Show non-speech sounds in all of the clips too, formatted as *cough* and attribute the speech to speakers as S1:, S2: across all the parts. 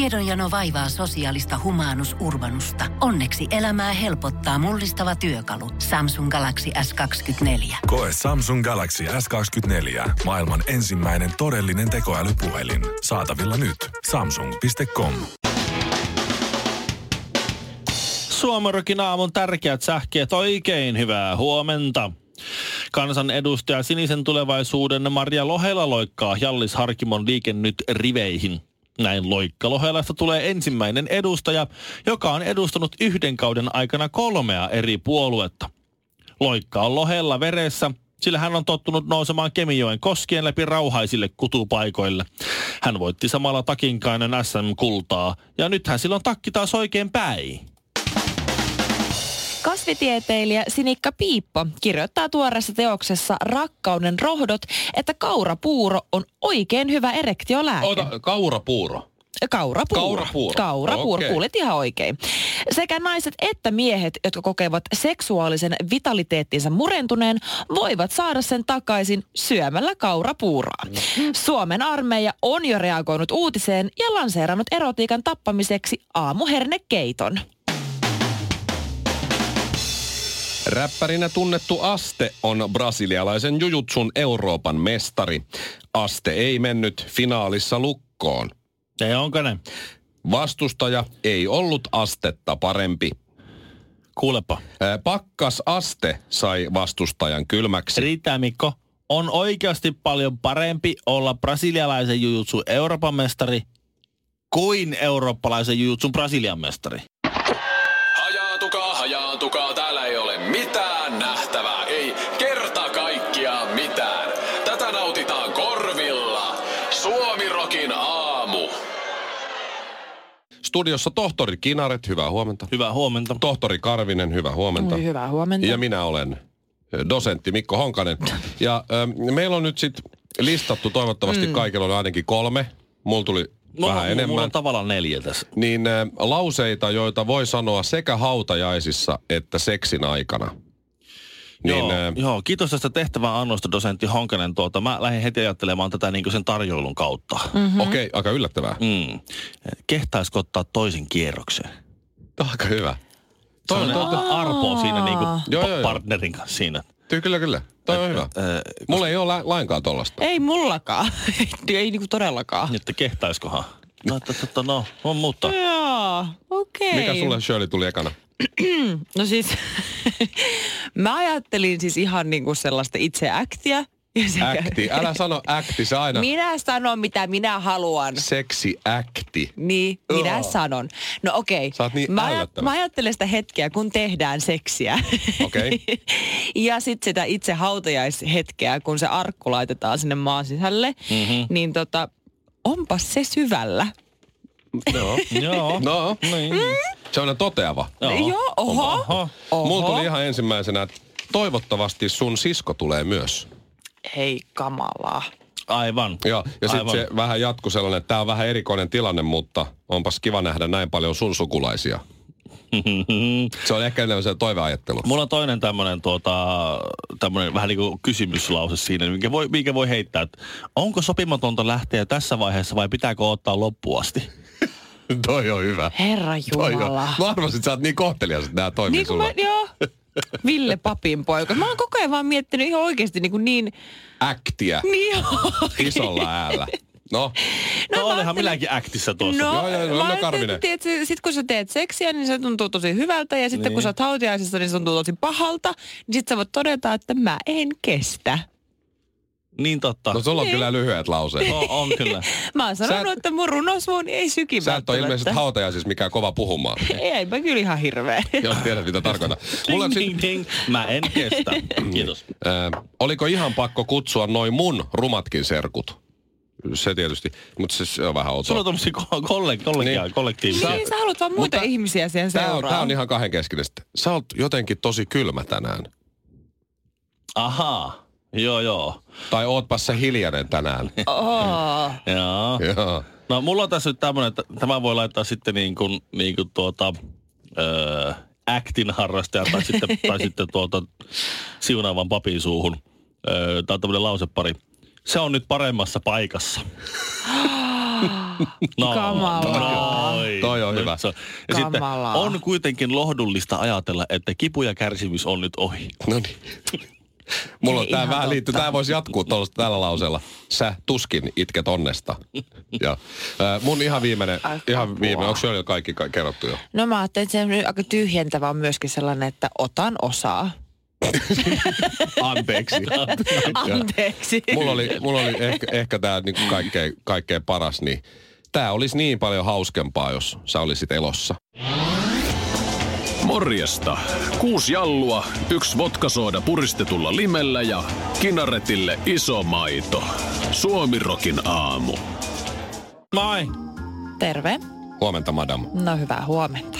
S1: Tiedonjano vaivaa sosiaalista humanus urbanusta. Onneksi elämää helpottaa mullistava työkalu. Samsung Galaxy S24.
S2: Koe Samsung Galaxy S24. Maailman ensimmäinen todellinen tekoälypuhelin. Saatavilla nyt. Samsung.com.
S3: Suomarokin aamun tärkeät sähkeet oikein hyvää huomenta. Kansanedustaja Sinisen tulevaisuuden Maria Lohela loikkaa Jallis Harkimon liikennyt riveihin. Näin Loikka Lohelasta tulee ensimmäinen edustaja, joka on edustanut yhden kauden aikana kolmea eri puoluetta. Loikka on Lohella veressä, sillä hän on tottunut nousemaan Kemijoen koskien läpi rauhaisille kutupaikoille. Hän voitti samalla takinkainen SM-kultaa, ja nythän silloin takki taas oikein päin.
S4: Kasvitieteilijä Sinikka Piippo kirjoittaa tuoreessa teoksessa Rakkauden rohdot, että kaurapuuro on oikein hyvä erektiolääke.
S5: Ota, kaurapuuro.
S4: Kaurapuuro.
S5: Kaurapuuro.
S4: Kaurapuuro.
S5: Okei.
S4: Kuulit ihan oikein. Sekä naiset että miehet, jotka kokevat seksuaalisen vitaliteettinsa murentuneen, voivat saada sen takaisin syömällä kaurapuuraa.
S5: No.
S4: Suomen armeija on jo reagoinut uutiseen ja lanseerannut erotiikan tappamiseksi aamuhernekeiton.
S5: Räppärinä tunnettu Aste on brasilialaisen jujutsun Euroopan mestari. Aste ei mennyt finaalissa lukkoon.
S3: Ei onko ne?
S5: Vastustaja ei ollut astetta parempi.
S3: Kuulepa.
S5: Ää, Pakkasaste sai vastustajan kylmäksi.
S3: Riittää Mikko. On oikeasti paljon parempi olla brasilialaisen jujutsun Euroopan mestari kuin eurooppalaisen jujutsun Brasilian mestari.
S6: Hajaantukaa, hajaantukaa, täällä ei ole mitään nähtävää, ei kerta kaikkiaan mitään. Tätä nautitaan korvilla. Suomirokin aamu.
S5: Studiossa tohtori Kinaret, hyvää huomenta.
S3: Hyvää huomenta.
S5: Tohtori Karvinen, hyvää huomenta.
S4: Voi hyvää huomenta.
S5: Ja minä olen ö, dosentti Mikko Honkanen. Ja ö, meillä on nyt sit listattu, toivottavasti mm. kaikilla on ainakin kolme. Mulla tuli
S3: Mulla,
S5: vähän
S3: no, mulla- Mulla
S5: enemmän.
S3: on tavallaan neljä tässä.
S5: niin ö, lauseita, joita voi sanoa sekä hautajaisissa että seksin aikana. Niin,
S3: joo,
S5: ö,
S3: joo, kiitos tästä tehtävän annosta, dosentti Honkanen. Tuota, mä lähdin heti ajattelemaan tätä niin sen tarjoilun kautta. Mm.
S5: okei, okay, aika yllättävää.
S3: Mm. Kehtaisiko ottaa toisen kierroksen?
S5: Tää on Aika hyvä. Toi on,
S3: Sellainen
S5: toi, toi,
S3: arpo siinä niin kuin
S5: Joo, joo, joo.
S3: partnerin kanssa siinä.
S5: toi, kyllä, kyllä. Toi on hyvä.
S3: Ö,
S5: Mulla ei ole la- lainkaan tollasta.
S4: Ei mullakaan. *laughs* Ei niinku todellakaan.
S3: että kehtaiskohan? No, että, että, no, on mutta.
S4: Joo, okei.
S5: Mikä sulle Shirley tuli ekana?
S4: No siis, *laughs* mä ajattelin siis ihan niinku sellaista itse äktiä. Ja sekä-
S5: Äkti. Älä no. sano äkti, se aina.
S4: Minä sanon, mitä minä haluan.
S5: Seksi äkti.
S4: Niin, minä sanoen. No okei.
S5: Sä oot niin
S4: mä, ajat-
S5: ällöttävä.
S4: mä ajattelen sitä hetkeä, kun tehdään seksiä. *laughs*
S5: Okei.
S4: ja sitten sitä itse hautajaishetkeä, kun se arkku laitetaan sinne maan sisälle.
S5: Mhm.
S4: Mm-hmm. Niin tota, onpas se syvällä.
S5: Joo.
S3: *laughs* Joo.
S5: No,
S3: Niin.
S5: se on toteava.
S3: Joo.
S4: Joo, oho.
S3: Oho.
S4: oho.
S5: Mulla tuli ihan ensimmäisenä, että toivottavasti sun sisko tulee myös.
S4: Hei, kamalaa.
S3: Aivan.
S5: Ja, ja sitten
S3: Aivan.
S5: se vähän jatkuu sellainen, että tämä on vähän erikoinen tilanne, mutta onpas kiva nähdä näin paljon sun sukulaisia. Se on ehkä enemmän se toiveajattelu.
S3: *laughs* Mulla on toinen tämmönen, tuota, tämmönen vähän niin kuin kysymyslause siinä, minkä voi, minkä voi heittää, että onko sopimatonta lähteä tässä vaiheessa vai pitääkö ottaa loppuun asti?
S4: No,
S5: Toi on hyvä.
S4: Herra
S5: Toi on.
S4: Jumala.
S5: Mä arvasin, että sä oot niin kohtelias, että nämä toimii
S4: Niin kuin
S5: sulla.
S4: mä, joo. Ville Papin poika. Mä oon koko ajan vaan miettinyt ihan oikeasti niin, kuin niin, *laughs*
S5: Äktiä
S4: niin
S5: isolla äällä. No,
S3: No,
S4: mä
S3: no olenhan
S4: ajattelin-
S3: minäkin äktissä tuossa.
S4: No,
S5: Joo, joo, joo, no
S4: mä ajattelin,
S5: Karvinen.
S4: että tiedätkö, sit kun sä teet seksiä, niin se tuntuu tosi hyvältä. Ja sitten niin. kun sä oot hautajaisessa, niin se tuntuu tosi pahalta. Niin sit sä voit todeta, että mä en kestä.
S3: Niin totta.
S5: no sulla on kyllä lyhyet lauseet.
S3: No, on
S4: *laughs*
S3: kyllä.
S4: Mä oon sanonut,
S5: Sä et-
S4: että mun runosvuoni ei syki
S5: Sä et ole ilmeisesti hautajaisissa mikään kova
S4: *laughs*
S5: puhumaan,
S4: Ei, mä kyllä ihan hirveä.
S5: jos tiedät mitä tarkoitan. Mulla on
S3: Ding,
S4: Niin,
S5: sit-
S3: ding, ding. Mä en
S5: *coughs*
S3: kestä. Kiitos.
S5: Ö, oliko ihan pakko kutsua noin mun rumatkin serkut? Se tietysti, mutta se, se on vähän outoa.
S3: Sulla on tommosia ko- kolle, kollegia,
S5: Niin.
S3: kollektiivisia.
S4: Niin, sä haluat vaan muita
S5: Mutta-
S4: ihmisiä siihen
S5: Tää on,
S4: seuraan.
S5: tää on ihan kahdenkeskistä. Sä oot jotenkin tosi kylmä tänään.
S3: Ahaa. Joo, joo.
S5: Tai ootpas se hiljainen
S4: *laughs*
S5: tänään. Niin.
S4: Oo. Ah.
S3: Joo.
S5: Joo.
S3: No mulla on tässä nyt tämmönen, että tämä voi laittaa sitten niin kuin, niin kuin tuota, öö, actin harrastaja tai
S4: *laughs*
S3: sitten, tai sitten tuota, siunaavan papin suuhun. Öö, tämä on tämmöinen lausepari.
S4: *gasps*
S3: Se on nyt paremmassa paikassa. No,
S4: Kamalaa.
S3: no,
S5: on hyvä.
S3: Se on. Ja sitten
S4: Kamalaa.
S3: on kuitenkin lohdullista ajatella, että kipu ja kärsimys on nyt
S4: *laughs*
S3: ohi.
S5: No niin. Mulla on
S4: Ei
S5: tää
S4: ihan
S5: vähän liittyy,
S4: totta.
S5: tää voisi jatkuu tuolla, tällä lauseella. Sä tuskin itket
S4: *laughs*
S5: onnesta. Ja, ää, mun ihan viimeinen,
S4: Ai
S5: ihan
S4: apua.
S5: viimeinen, onko jo kaikki ka- kerrottu
S4: *laughs*
S5: jo?
S4: No mä ajattelin, että se on aika tyhjentävä on myöskin sellainen, että otan osaa.
S5: Anteeksi.
S4: Anteeksi.
S5: mulla oli, mulla oli ehkä, ehkä tämä niinku kaikkein, kaikkein paras, niin tämä olisi niin paljon hauskempaa, jos sä olisit elossa.
S6: Morjesta. Kuusi jallua, yksi vodkasooda puristetulla limellä ja kinaretille iso maito. Suomirokin aamu.
S3: Moi!
S4: Terve.
S5: Huomenta, madam.
S4: No hyvää huomenta.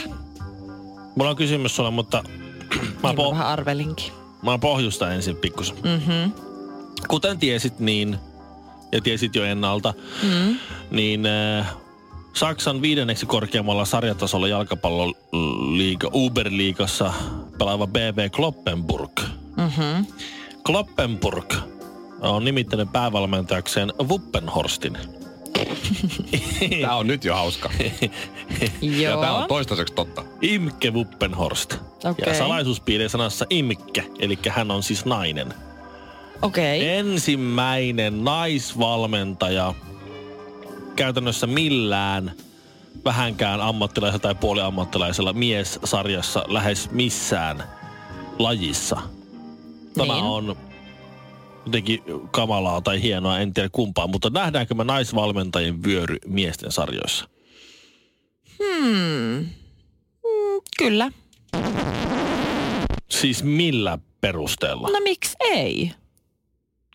S3: Mulla on kysymys sulle, mutta *clears throat* mä,
S4: Niin mä
S3: po-
S4: vähän arvelinkin.
S3: mä pohjustan ensin pikkusen.
S4: Mhm.
S3: Kuten tiesit niin, ja tiesit jo ennalta,
S4: Mm.
S3: niin äh, Saksan viidenneksi korkeammalla sarjatasolla jalkapalloliiga Uberliigassa pelaava BB Kloppenburg.
S4: Mhm.
S3: Kloppenburg on nimittänyt päävalmentajakseen Wuppenhorstin. Niin.
S5: Tää on nyt jo hauska. Ja
S4: Joo.
S5: tää on toistaiseksi totta.
S3: Imke Wuppenhorst. Ja
S4: Okei.
S3: salaisuuspiirin sanassa Imke, eli hän on siis nainen.
S4: Okei. Okay.
S3: ensimmäinen naisvalmentaja käytännössä millään vähänkään ammattilaisella tai puoliammattilaisella miessarjassa lähes missään lajissa. Tämä
S4: Niin.
S3: on jotenkin kamalaa tai hienoa, en tiedä kumpaa, mutta nähdäänkö me naisvalmentajien vyöry miesten sarjoissa?
S4: Hmm. Mm, kyllä.
S3: Siis millä perusteella?
S4: No miksi ei?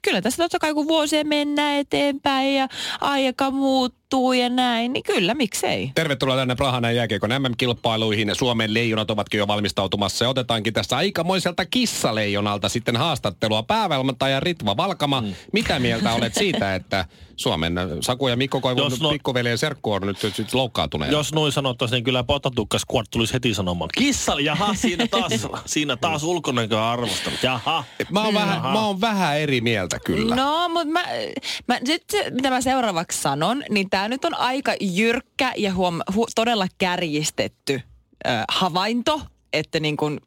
S4: Kyllä tässä totta kai kun vuosia mennään eteenpäin ja aika muuttuu ja näin, niin kyllä miksei.
S5: Tervetuloa tänne Prahan jääkiekon MM-kilpailuihin. Suomen leijonat ovatkin jo valmistautumassa ja otetaankin tässä aikamoiselta kissaleijonalta sitten haastattelua. Päävalmentaja Ritva Valkama, mm. mitä mieltä olet siitä, että Suomen Saku ja Mikko Koivun
S3: Jos no-
S5: no... pikkuveljen serkku on nyt, nyt, nyt loukkaantuneena?
S3: Jos noin sanottaisiin, niin kyllä potatukka squad tulisi heti sanomaan. Kissali, jaha, siinä taas, siinä taas ulkonäkö arvostelu, jaha.
S5: Mä oon, vähän,
S3: Jaha.
S5: mä oon vähän eri mieltä kyllä.
S4: No, mutta mä, mä, nyt se, mitä mä seuraavaksi sanon, niin tämä nyt on aika jyrkkä ja huom, hu, todella kärjistetty ö, havainto, että niin kun,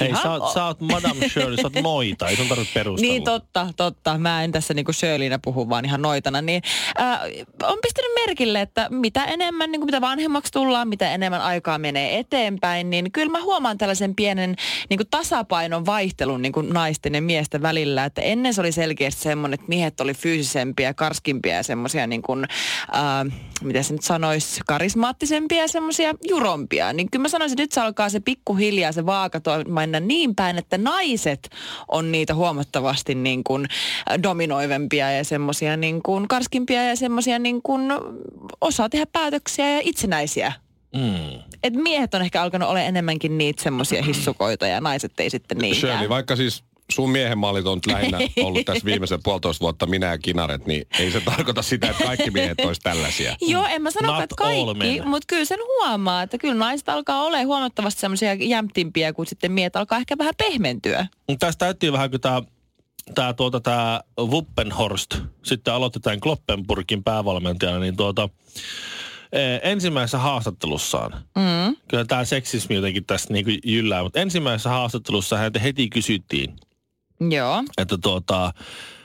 S3: Hei,
S4: ihan
S3: sä oot,
S4: o-
S3: sä oot Madame Shirley, sä oot noita, ei sun tarvitse perustella.
S4: Niin totta, totta. Mä en tässä niinku Shirleyna puhu, vaan ihan noitana. Niin, äh, on pistänyt merkille, että mitä enemmän, niinku mitä vanhemmaksi tullaan, mitä enemmän aikaa menee eteenpäin, niin kyllä mä huomaan tällaisen pienen niinku tasapainon vaihtelun niinku naisten ja miesten välillä. Että ennen se oli selkeästi semmoinen, että miehet oli fyysisempiä, karskimpia ja semmoisia niinku, äh, mitä se nyt sanoisi, karismaattisempia ja semmoisia jurompia. Niin kyllä mä sanoisin, että nyt se alkaa se pikkuhiljaa se vaaka tuo- mennä niin päin, että naiset on niitä huomattavasti niin kuin äh, dominoivempia ja semmoisia niin kuin karskimpia ja semmoisia niin kuin osaa tehdä päätöksiä ja itsenäisiä.
S3: Mm.
S4: Et miehet on ehkä alkanut olla enemmänkin niitä semmoisia hissukoita ja naiset ei sitten niinkään.
S5: Shirley, vaikka siis sun miehen mallit on nyt lähinnä ollut tässä viimeisen puolitoista vuotta minä ja kinaret, niin ei se tarkoita sitä, että kaikki miehet olisi tällaisia.
S4: Joo, en mä sano,
S3: Mm. Not
S4: että
S3: all
S4: kaikki,
S3: men.
S4: mutta kyllä sen huomaa, että kyllä naiset alkaa olemaan huomattavasti semmoisia jämptimpiä, kun sitten miehet alkaa ehkä vähän pehmentyä.
S3: Mut Tästä täytyy vähän, kun tää, tää, tuota, tää Wuppenhorst, sitten aloitetaan Kloppenburgin päävalmentajana, niin tuota, eh, ensimmäisessä haastattelussaan,
S4: Mm.
S3: kyllä tämä seksismi jotenkin tässä niinku jyllää, mutta ensimmäisessä haastattelussa häntä heti kysyttiin,
S4: Joo.
S3: että tuota,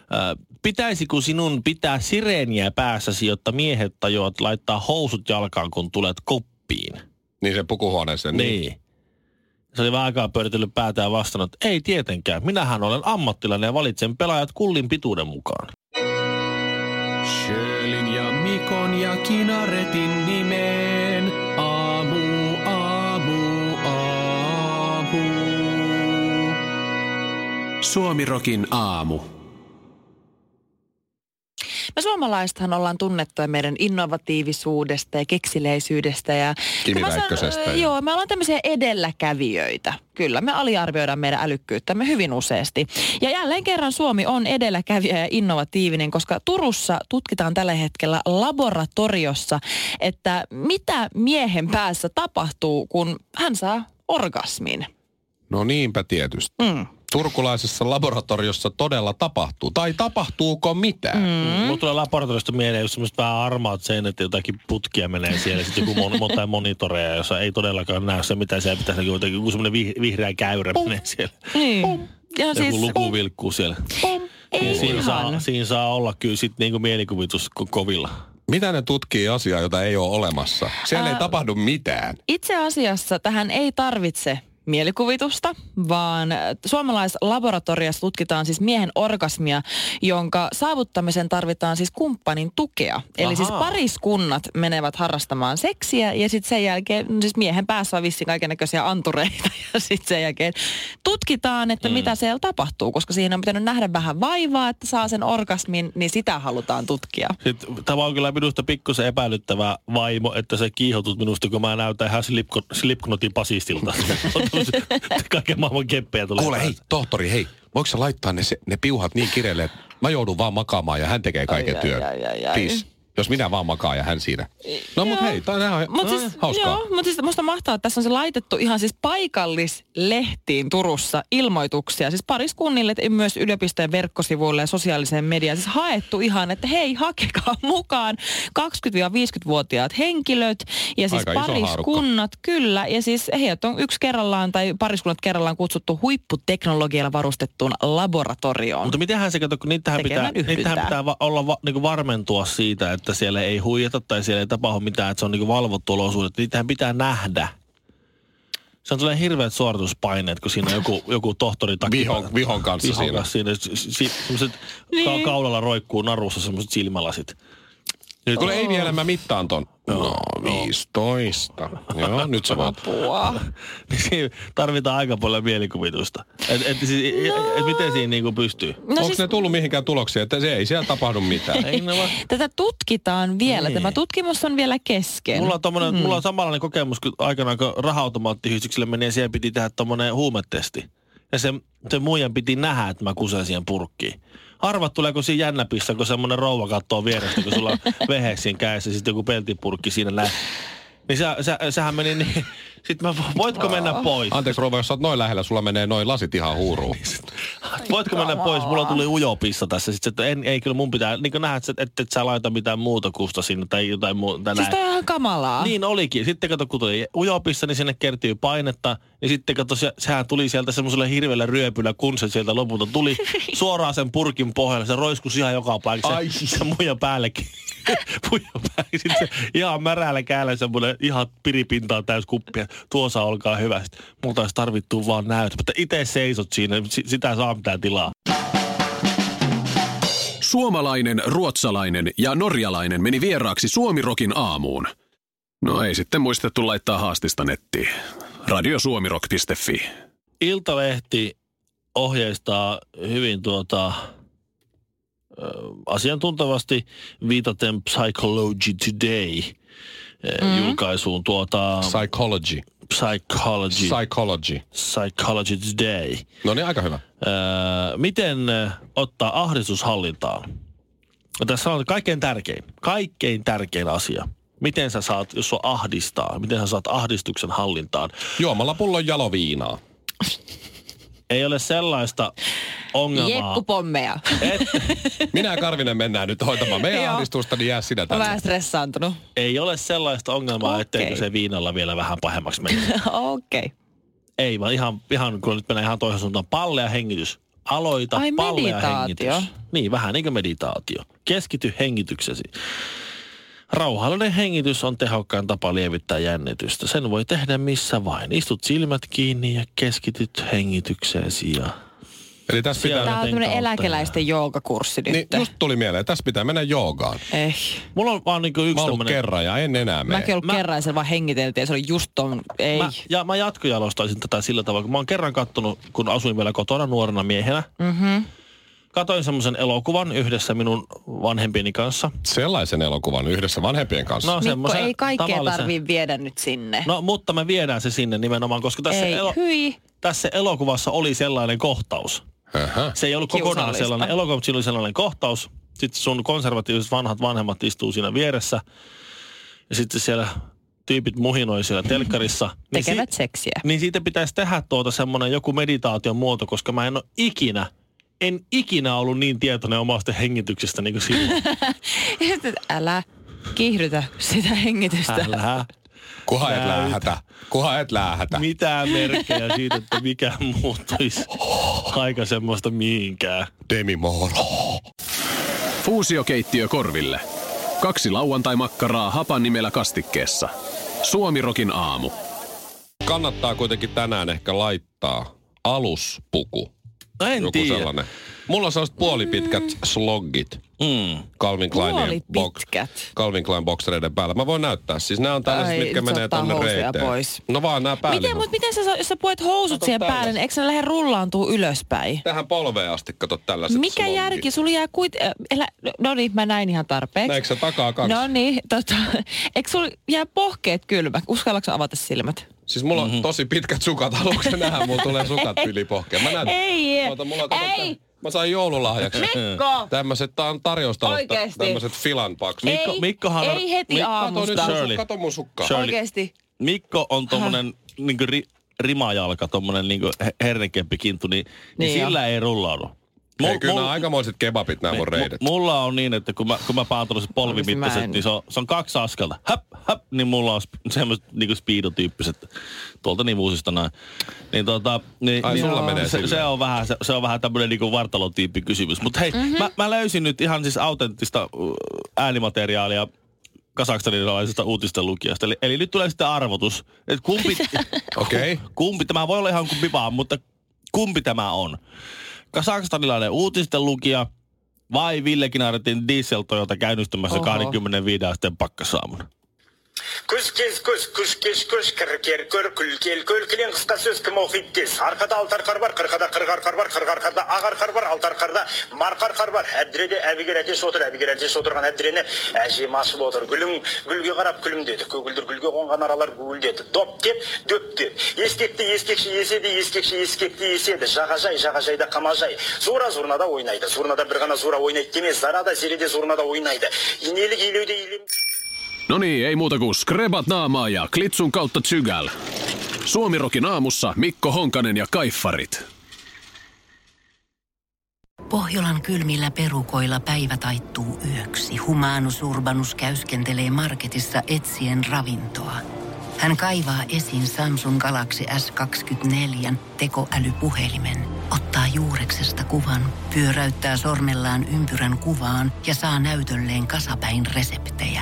S3: ää, pitäisikö sinun pitää sireeniä päässäsi, jotta miehet tajuat laittaa housut jalkaan, kun tulet koppiin?
S5: Niin se pukuhuoneeseen.
S3: Niin. Se oli vähän aikaa pyöritellyt päätään ja vastannut, että ei tietenkään, minähän olen ammattilainen ja valitsen pelaajat kullin pituuden mukaan.
S6: Sjölin ja Mikon ja Kinaretin nimeen. Aamu, aamu, aamu. Suomirokin aamu.
S4: Me suomalaisethan ollaan tunnettuja meidän innovatiivisuudesta ja keksileisyydestä. Ja
S5: Kimi
S4: Mä sanon,
S5: Räikkösestä
S4: äh,
S5: ja-
S4: Joo, me ollaan tämmöisiä edelläkävijöitä. Kyllä, me aliarvioidaan meidän älykkyyttämme hyvin useasti. Ja jälleen kerran Suomi on edelläkävijä ja innovatiivinen, koska Turussa tutkitaan tällä hetkellä laboratoriossa, että mitä miehen päässä tapahtuu, kun hän saa orgasmin.
S5: No niinpä tietysti.
S4: Mm.
S5: Turkulaisessa laboratoriossa todella tapahtuu. Tai tapahtuuko mitään? Mm.
S3: Mm. Mulla tulee laboratoriosta mieleen just semmoiset vähän harmaat seinät, että jotakin putkia menee siellä, sitten joku mon, monta monitoreja, jossa ei todellakaan näe se, mitä siellä pitäisi näkyä, mutta joku semmoinen vih, vihreä käyrä menee siellä.
S4: Niin. Ja
S3: Joku
S4: siis,
S3: siis, luku vilkkuu siellä.
S4: ei
S3: Niin siinä, saa,
S4: ihan.
S3: siinä saa olla kyllä sitten niinku mielikuvitus ko- kovilla.
S5: Mitä ne tutkii asiaa, jota ei ole olemassa? Siellä ei tapahdu mitään.
S4: Itse asiassa tähän ei tarvitse mielikuvitusta, vaan äh, suomalaislaboratoriossa tutkitaan siis miehen orgasmia, jonka saavuttamisen tarvitaan siis kumppanin tukea. Eli
S3: Ahaa.
S4: siis pariskunnat menevät harrastamaan seksiä ja sitten sen jälkeen, no siis miehen päässä on vissiin kaikennäköisiä antureita *laughs* ja sitten sen jälkeen tutkitaan, että mm. mitä siellä tapahtuu, koska siinä on pitänyt nähdä vähän vaivaa, että saa sen orgasmin, niin sitä halutaan tutkia.
S3: Sitten, tämä on kyllä minusta pikkusen epäilyttävää vaimo, että sä kiihotut minusta, kun mä näytän ihan slipko- slipknotin
S5: *laughs*
S3: pasistilta. On tämmöset- Kaiken maailman keppejä tulee.
S5: Kuule, hei,
S3: päälle.
S5: tohtori, hei. Voiko sä laittaa ne, se- ne piuhat niin kireelle, että mä joudun vaan makaamaan ja hän tekee kaiken
S4: ai,
S5: työn.
S4: ai, ai, ai.
S5: Please. Jos minä vaan makaan ja hän siinä. No mut
S4: Joo.
S5: hei, tämä on
S4: Mut
S3: No,
S4: siis,
S5: hauskaa.
S4: Joo, mutta siis musta mahtaa, että tässä on se laitettu ihan siis paikallislehtiin Turussa ilmoituksia. Siis pariskunnille, et- myös yliopistojen verkkosivuille ja sosiaaliseen mediaan. Siis haettu ihan, että hei, hakekaa *laughs* mukaan 20-50-vuotiaat henkilöt ja siis
S5: Aika iso
S4: pariskunnat, kyllä. Ja siis heidät on yksi kerrallaan tai pariskunnat kerrallaan kutsuttu huipputeknologialla varustettuun laboratorioon.
S3: Mutta mitenhän se, kato, kun niitähän pitää,
S4: Tekemään yhdyntää.
S3: niitähän pitää va- olla va- niinku varmentua siitä, että siellä ei huijata tai siellä ei tapahdu mitään, että se on niinku valvottu olosuudet. Niitähän pitää nähdä. Se on tulee hirveät suorituspaineet, kun siinä on joku, joku tohtori takki.
S5: Vihon- vihon kanssa
S3: vihon
S5: siinä.
S3: kanssa siinä. Si- si- semmoset
S4: Niin.
S3: ka- kaulalla roikkuu narussa semmoiset silmälasit. Nyt
S5: Kuule, ei vielä mä mittaan ton. No, 15. Joo, nyt sä voit.
S4: Apua.
S3: niin siinä *laughs* tarvitaan aika paljon mielikuvitusta. Et, et, siis, no. et, et miten siinä niinku pystyy?
S5: No Onko siis... ne tullut mihinkään tuloksiin, että se ei siellä
S3: *laughs*
S5: tapahdu mitään?
S3: Ei ne vaan.
S4: Tätä tutkitaan vielä.
S3: Niin.
S4: Tämä tutkimus on vielä kesken.
S3: Mulla on, tommonen, mm. mulla on samanlainen kokemus, kun aikanaan kun raha-automaattiyhdistykselle meni ja siellä piti tehdä tommonen huumetesti. Ja se, se muijan piti nähdä, että mä kusen siihen purkkiin. Harvat tuleeko siinä jännäpissä, kun semmoinen rouva katsoo vierestä, kun sulla on *laughs* vehe siinä kädessä, sitten joku peltipurkki siinä näin. Niin sä, sä, sähän meni niin, *laughs* sit mä, voitko mennä pois?
S5: Anteeksi rouva, jos sä oot noin lähellä, sulla menee noin lasit ihan huuruun.
S3: Voitko mennä pois? Mulla tuli ujo pissa tässä. Sitten, että en, ei kyllä mun pitää, niin kuin nähdä, että et, et sä laita mitään muuta kusta sinne tai jotain muuta.
S4: Siis
S3: näin.
S4: toi Ah. on ihan kamalaa.
S3: Niin olikin. Sitten kato, kun tuli ujopissa, niin sinne kertyy painetta. Ja sitten kato, se, sehän tuli sieltä semmoisella hirveällä ryöpyllä, kun se sieltä lopulta
S4: *laughs*
S3: tuli suoraan sen purkin pohjalle. Se roiskus ihan joka paikka.
S5: Ai.
S4: siis.
S3: Se, se muija
S4: *laughs*
S3: päällekin. muija päälle. Sitten se ihan märällä käällä semmoinen ihan piripintaan täys kuppi. ja Tuossa olkaa hyvä. Sitten multa olisi tarvittu vaan näytä. Mutta itse seisot siinä. S- sitä saa mitään tilaa.
S6: Suomalainen, ruotsalainen ja norjalainen meni vieraaksi Suomirokin aamuun. No ei sitten muistettu laittaa haastista nettiin. Radiosuomirok.fi.
S3: Iltalehti ohjeistaa hyvin tuota, ö, asiantuntevasti viitaten Psychology Today mm. julkaisuun tuota
S5: Psychology.
S3: Psychology,
S5: Psychology.
S3: Psychology Today.
S5: No niin, aika hyvä.
S3: Ö, miten ö, ottaa ahdistus hallintaan? No tässä on kaikkein tärkein, kaikkein tärkein asia. Miten sä saat, jos sua ahdistaa, miten sä saat ahdistuksen hallintaan?
S5: Juomalla pullon jaloviinaa.
S3: Ei ole sellaista ongelmaa.
S4: Jekkupommeja.
S5: Minä ja Karvinen mennään nyt hoitamaan meidän
S4: Joo.
S5: ahdistusta, niin jää sinä
S4: Mä
S5: tänne.
S4: vähän stressaantunut.
S3: Ei ole sellaista ongelmaa, okay.
S4: Okei.
S3: etteikö se viinalla vielä vähän pahemmaksi mene.
S4: *laughs* *laughs* Okei. Okay.
S3: Ei, vaan ihan, ihan kun nyt mennään ihan toisen suuntaan. Palle ja hengitys. Aloita
S4: Ai,
S3: palle ja
S4: meditaatio.
S3: hengitys. Niin, vähän niin kuin meditaatio. Keskity hengityksesi. Rauhallinen hengitys on tehokkain tapa lievittää jännitystä. Sen voi tehdä missä vain. Istut silmät kiinni ja keskityt hengitykseesi ja...
S5: Eli tässä pitää...
S4: Tää on
S3: Jotenkin
S4: tämmönen
S3: kautta.
S4: eläkeläisten joogakurssi nyt.
S5: Niin, just tuli mieleen, tässä pitää mennä joogaan.
S4: Eh.
S3: Mulla on vaan niin kuin
S5: Mä
S3: yksi
S5: oon ollut
S3: tämmönen...
S5: kerran ja en enää mene.
S4: Mäkin ollut
S3: Mä-
S4: mä... kerran ja sen vaan hengiteltiin ja se oli just ton, ei.
S3: Mä, ja mä jatkojalostaisin tätä sillä tavalla, kun mä oon kerran kattonut, kun asuin vielä kotona nuorena miehenä. Mm-hmm. Katoin semmoisen elokuvan yhdessä minun vanhempieni kanssa.
S5: Sellaisen elokuvan yhdessä vanhempien kanssa. No.
S4: Mikko,
S3: semmoisen
S4: ei kaikkea
S3: tavallisen-
S4: tarvii viedä nyt sinne.
S3: No, mutta me viedään se sinne nimenomaan, koska tässä,
S4: ei,
S3: elo- Niin
S4: hyi.
S3: tässä elokuvassa oli sellainen kohtaus.
S5: Ähä.
S3: Se ei ollut kokonaan
S4: Kiusallista.
S3: sellainen elokuva, mutta siinä oli sellainen kohtaus. Sitten sun konservatiiviset vanhat vanhemmat istuu siinä vieressä. Ja sitten siellä tyypit muhinoi siellä telkkarissa. Niin
S4: tekevät
S3: si-
S4: seksiä. *laughs*
S3: Niin siitä pitäisi tehdä tuota semmoinen joku meditaation muoto, koska mä en ole ikinä, en ikinä ollut niin tietoinen omasta hengityksestä niin kuin silloin.
S4: Ja sitten, älä kiihdytä sitä hengitystä.
S3: Älä
S5: Kuha et
S3: Näytä.
S5: lähetä. Kuha et lähetä.
S3: mitään merkkejä siitä, että mikä muuttuisi aika semmoista mihinkään.
S5: Demi Moore.
S6: Fuusiokeittiö korville. Kaksi lauantai-makkaraa hapan nimellä kastikkeessa. Suomirokin aamu.
S5: Kannattaa kuitenkin tänään ehkä laittaa aluspuku.
S3: No en
S5: Joku
S3: tiedä.
S5: sellainen. Mulla on sellaiset puolipitkät slogit.
S3: Mm.
S5: Calvin Kleinien box,
S4: Puolipitkät.
S5: Calvin Klein boksereiden päällä. Mä voin näyttää. Siis nämä on tällaiset,
S4: Ai,
S5: mitkä
S4: nyt se
S5: menee
S4: ottaa
S5: tonne
S4: housuja
S5: reiteen.
S4: pois.
S5: No vaan nämä päälle.
S4: Miten, mutta miten sä, saa- jos sä puet housut siihen
S5: tällä.
S4: päälle, niin eikö ne lähde rullaantuu ylöspäin?
S5: Tähän polveen asti kato tällaiset
S4: Mikä
S5: slogit.
S4: järki? Sulla jää kuit... äh, elä- No niin, mä näin ihan tarpeeksi.
S5: Näetkö sä takaa kaksi?
S4: No niin, tota, eikö sulla jää pohkeet kylmä? Uskallatko avata silmät?
S5: Siis mulla
S4: Mhm.
S5: on tosi pitkät sukat. Haluatko sä nähdä? Mulla tulee
S4: *laughs*
S5: sukat yli pohkeen. Mä näytän.
S4: Ei,
S5: Oota, mulla, kato,
S4: ei.
S5: tä- Mä sain joululahjaksi.
S4: Mikko!
S5: Tämmöiset, tää on tarjoustalosta.
S4: Oikeesti?
S5: Tämmöiset filan paksut.
S3: Mikko-
S4: ei,
S3: Mikkohan on-
S4: ei heti
S3: Mi- kato
S5: Kato nyt,
S4: aamusta.
S5: mun su-
S3: Shirley.
S5: kato mun sukkaa.
S3: Shirley.
S4: Oikeesti.
S3: Mikko on tommonen niinku ri, rimajalka, tommonen niinku he- hernekemppikintu, niin, niin,
S4: Niin
S3: niin sillä ei rullaudu.
S5: Ei, kyllä nämä aikamoiset kebabit nämä mun reidet.
S3: Niin, mu- mulla on niin, että kun mä, kun mä paan tuollaiset
S4: Mä
S3: polvimittaiset,
S4: en-
S3: niin se on, se on kaksi askelta. Häp, häp, niin mulla on sp- semmoiset niinku speedotyyppiset, tuolta nivuusista näin. Niin tota, niin,
S5: Ai,
S3: niin,
S5: sulla menee
S3: se, se,
S5: silleen.
S3: on vähän, se, se on vähän tämmöinen niinku vartalotyyppi kysymys. Mutta hei,
S4: Mhm.
S3: mm-hmm. mä, mä, löysin nyt ihan siis autenttista uh, äänimateriaalia kasakstanilaisesta uutisten lukijasta. Eli, eli nyt tulee sitten arvotus, että kumpi,
S4: *laughs*
S3: *laughs*
S5: Okei.
S3: kumpi, tämä voi olla ihan kumpi vaan, mutta kumpi tämä on? Kasakstanilainen uutisten lukija vai Ville Kinaretin diesel Toyota käynnistymässä
S4: Oho.
S3: Oho. 25 asteen pakkasaamuna?
S7: Көшкес көш көшкеш көш кіркер көр күлкел көлкілең қысқа сөз кім оқиды тез арқада алтар қар бар қырқада қырғар қар бар қырғар қарда ағар қар бар алтар қарда марқар қар бар әбдіреде әбігер әтеш отыр әбігер әтеш отырған әбдірені әжем ашып отыр гүлің гүлге қарап күлімдеді көгілдір гүлге қонған аралар гуілдеді доп деп дөп деп ескекті ескекші еседі ескекші ескекті еседі жағажай жағажайда қамажай зура зурнада ойнайды зурнада бір ғана зура ойнайды демес зарада зереде зурнада ойнайды инелік илеуде илем
S6: No niin, ei muuta kuin skrebat naamaa ja klitsun kautta tsygäl. Suomirokin aamussa Mikko Honkanen ja Kaiffarit.
S1: Pohjolan kylmillä perukoilla päivä taittuu yöksi. Humanus Urbanus käyskentelee marketissa etsien ravintoa. Hän kaivaa esiin Samsung Galaxy S24 tekoälypuhelimen, ottaa juureksesta kuvan, pyöräyttää sormellaan ympyrän kuvaan ja saa näytölleen kasapäin reseptejä.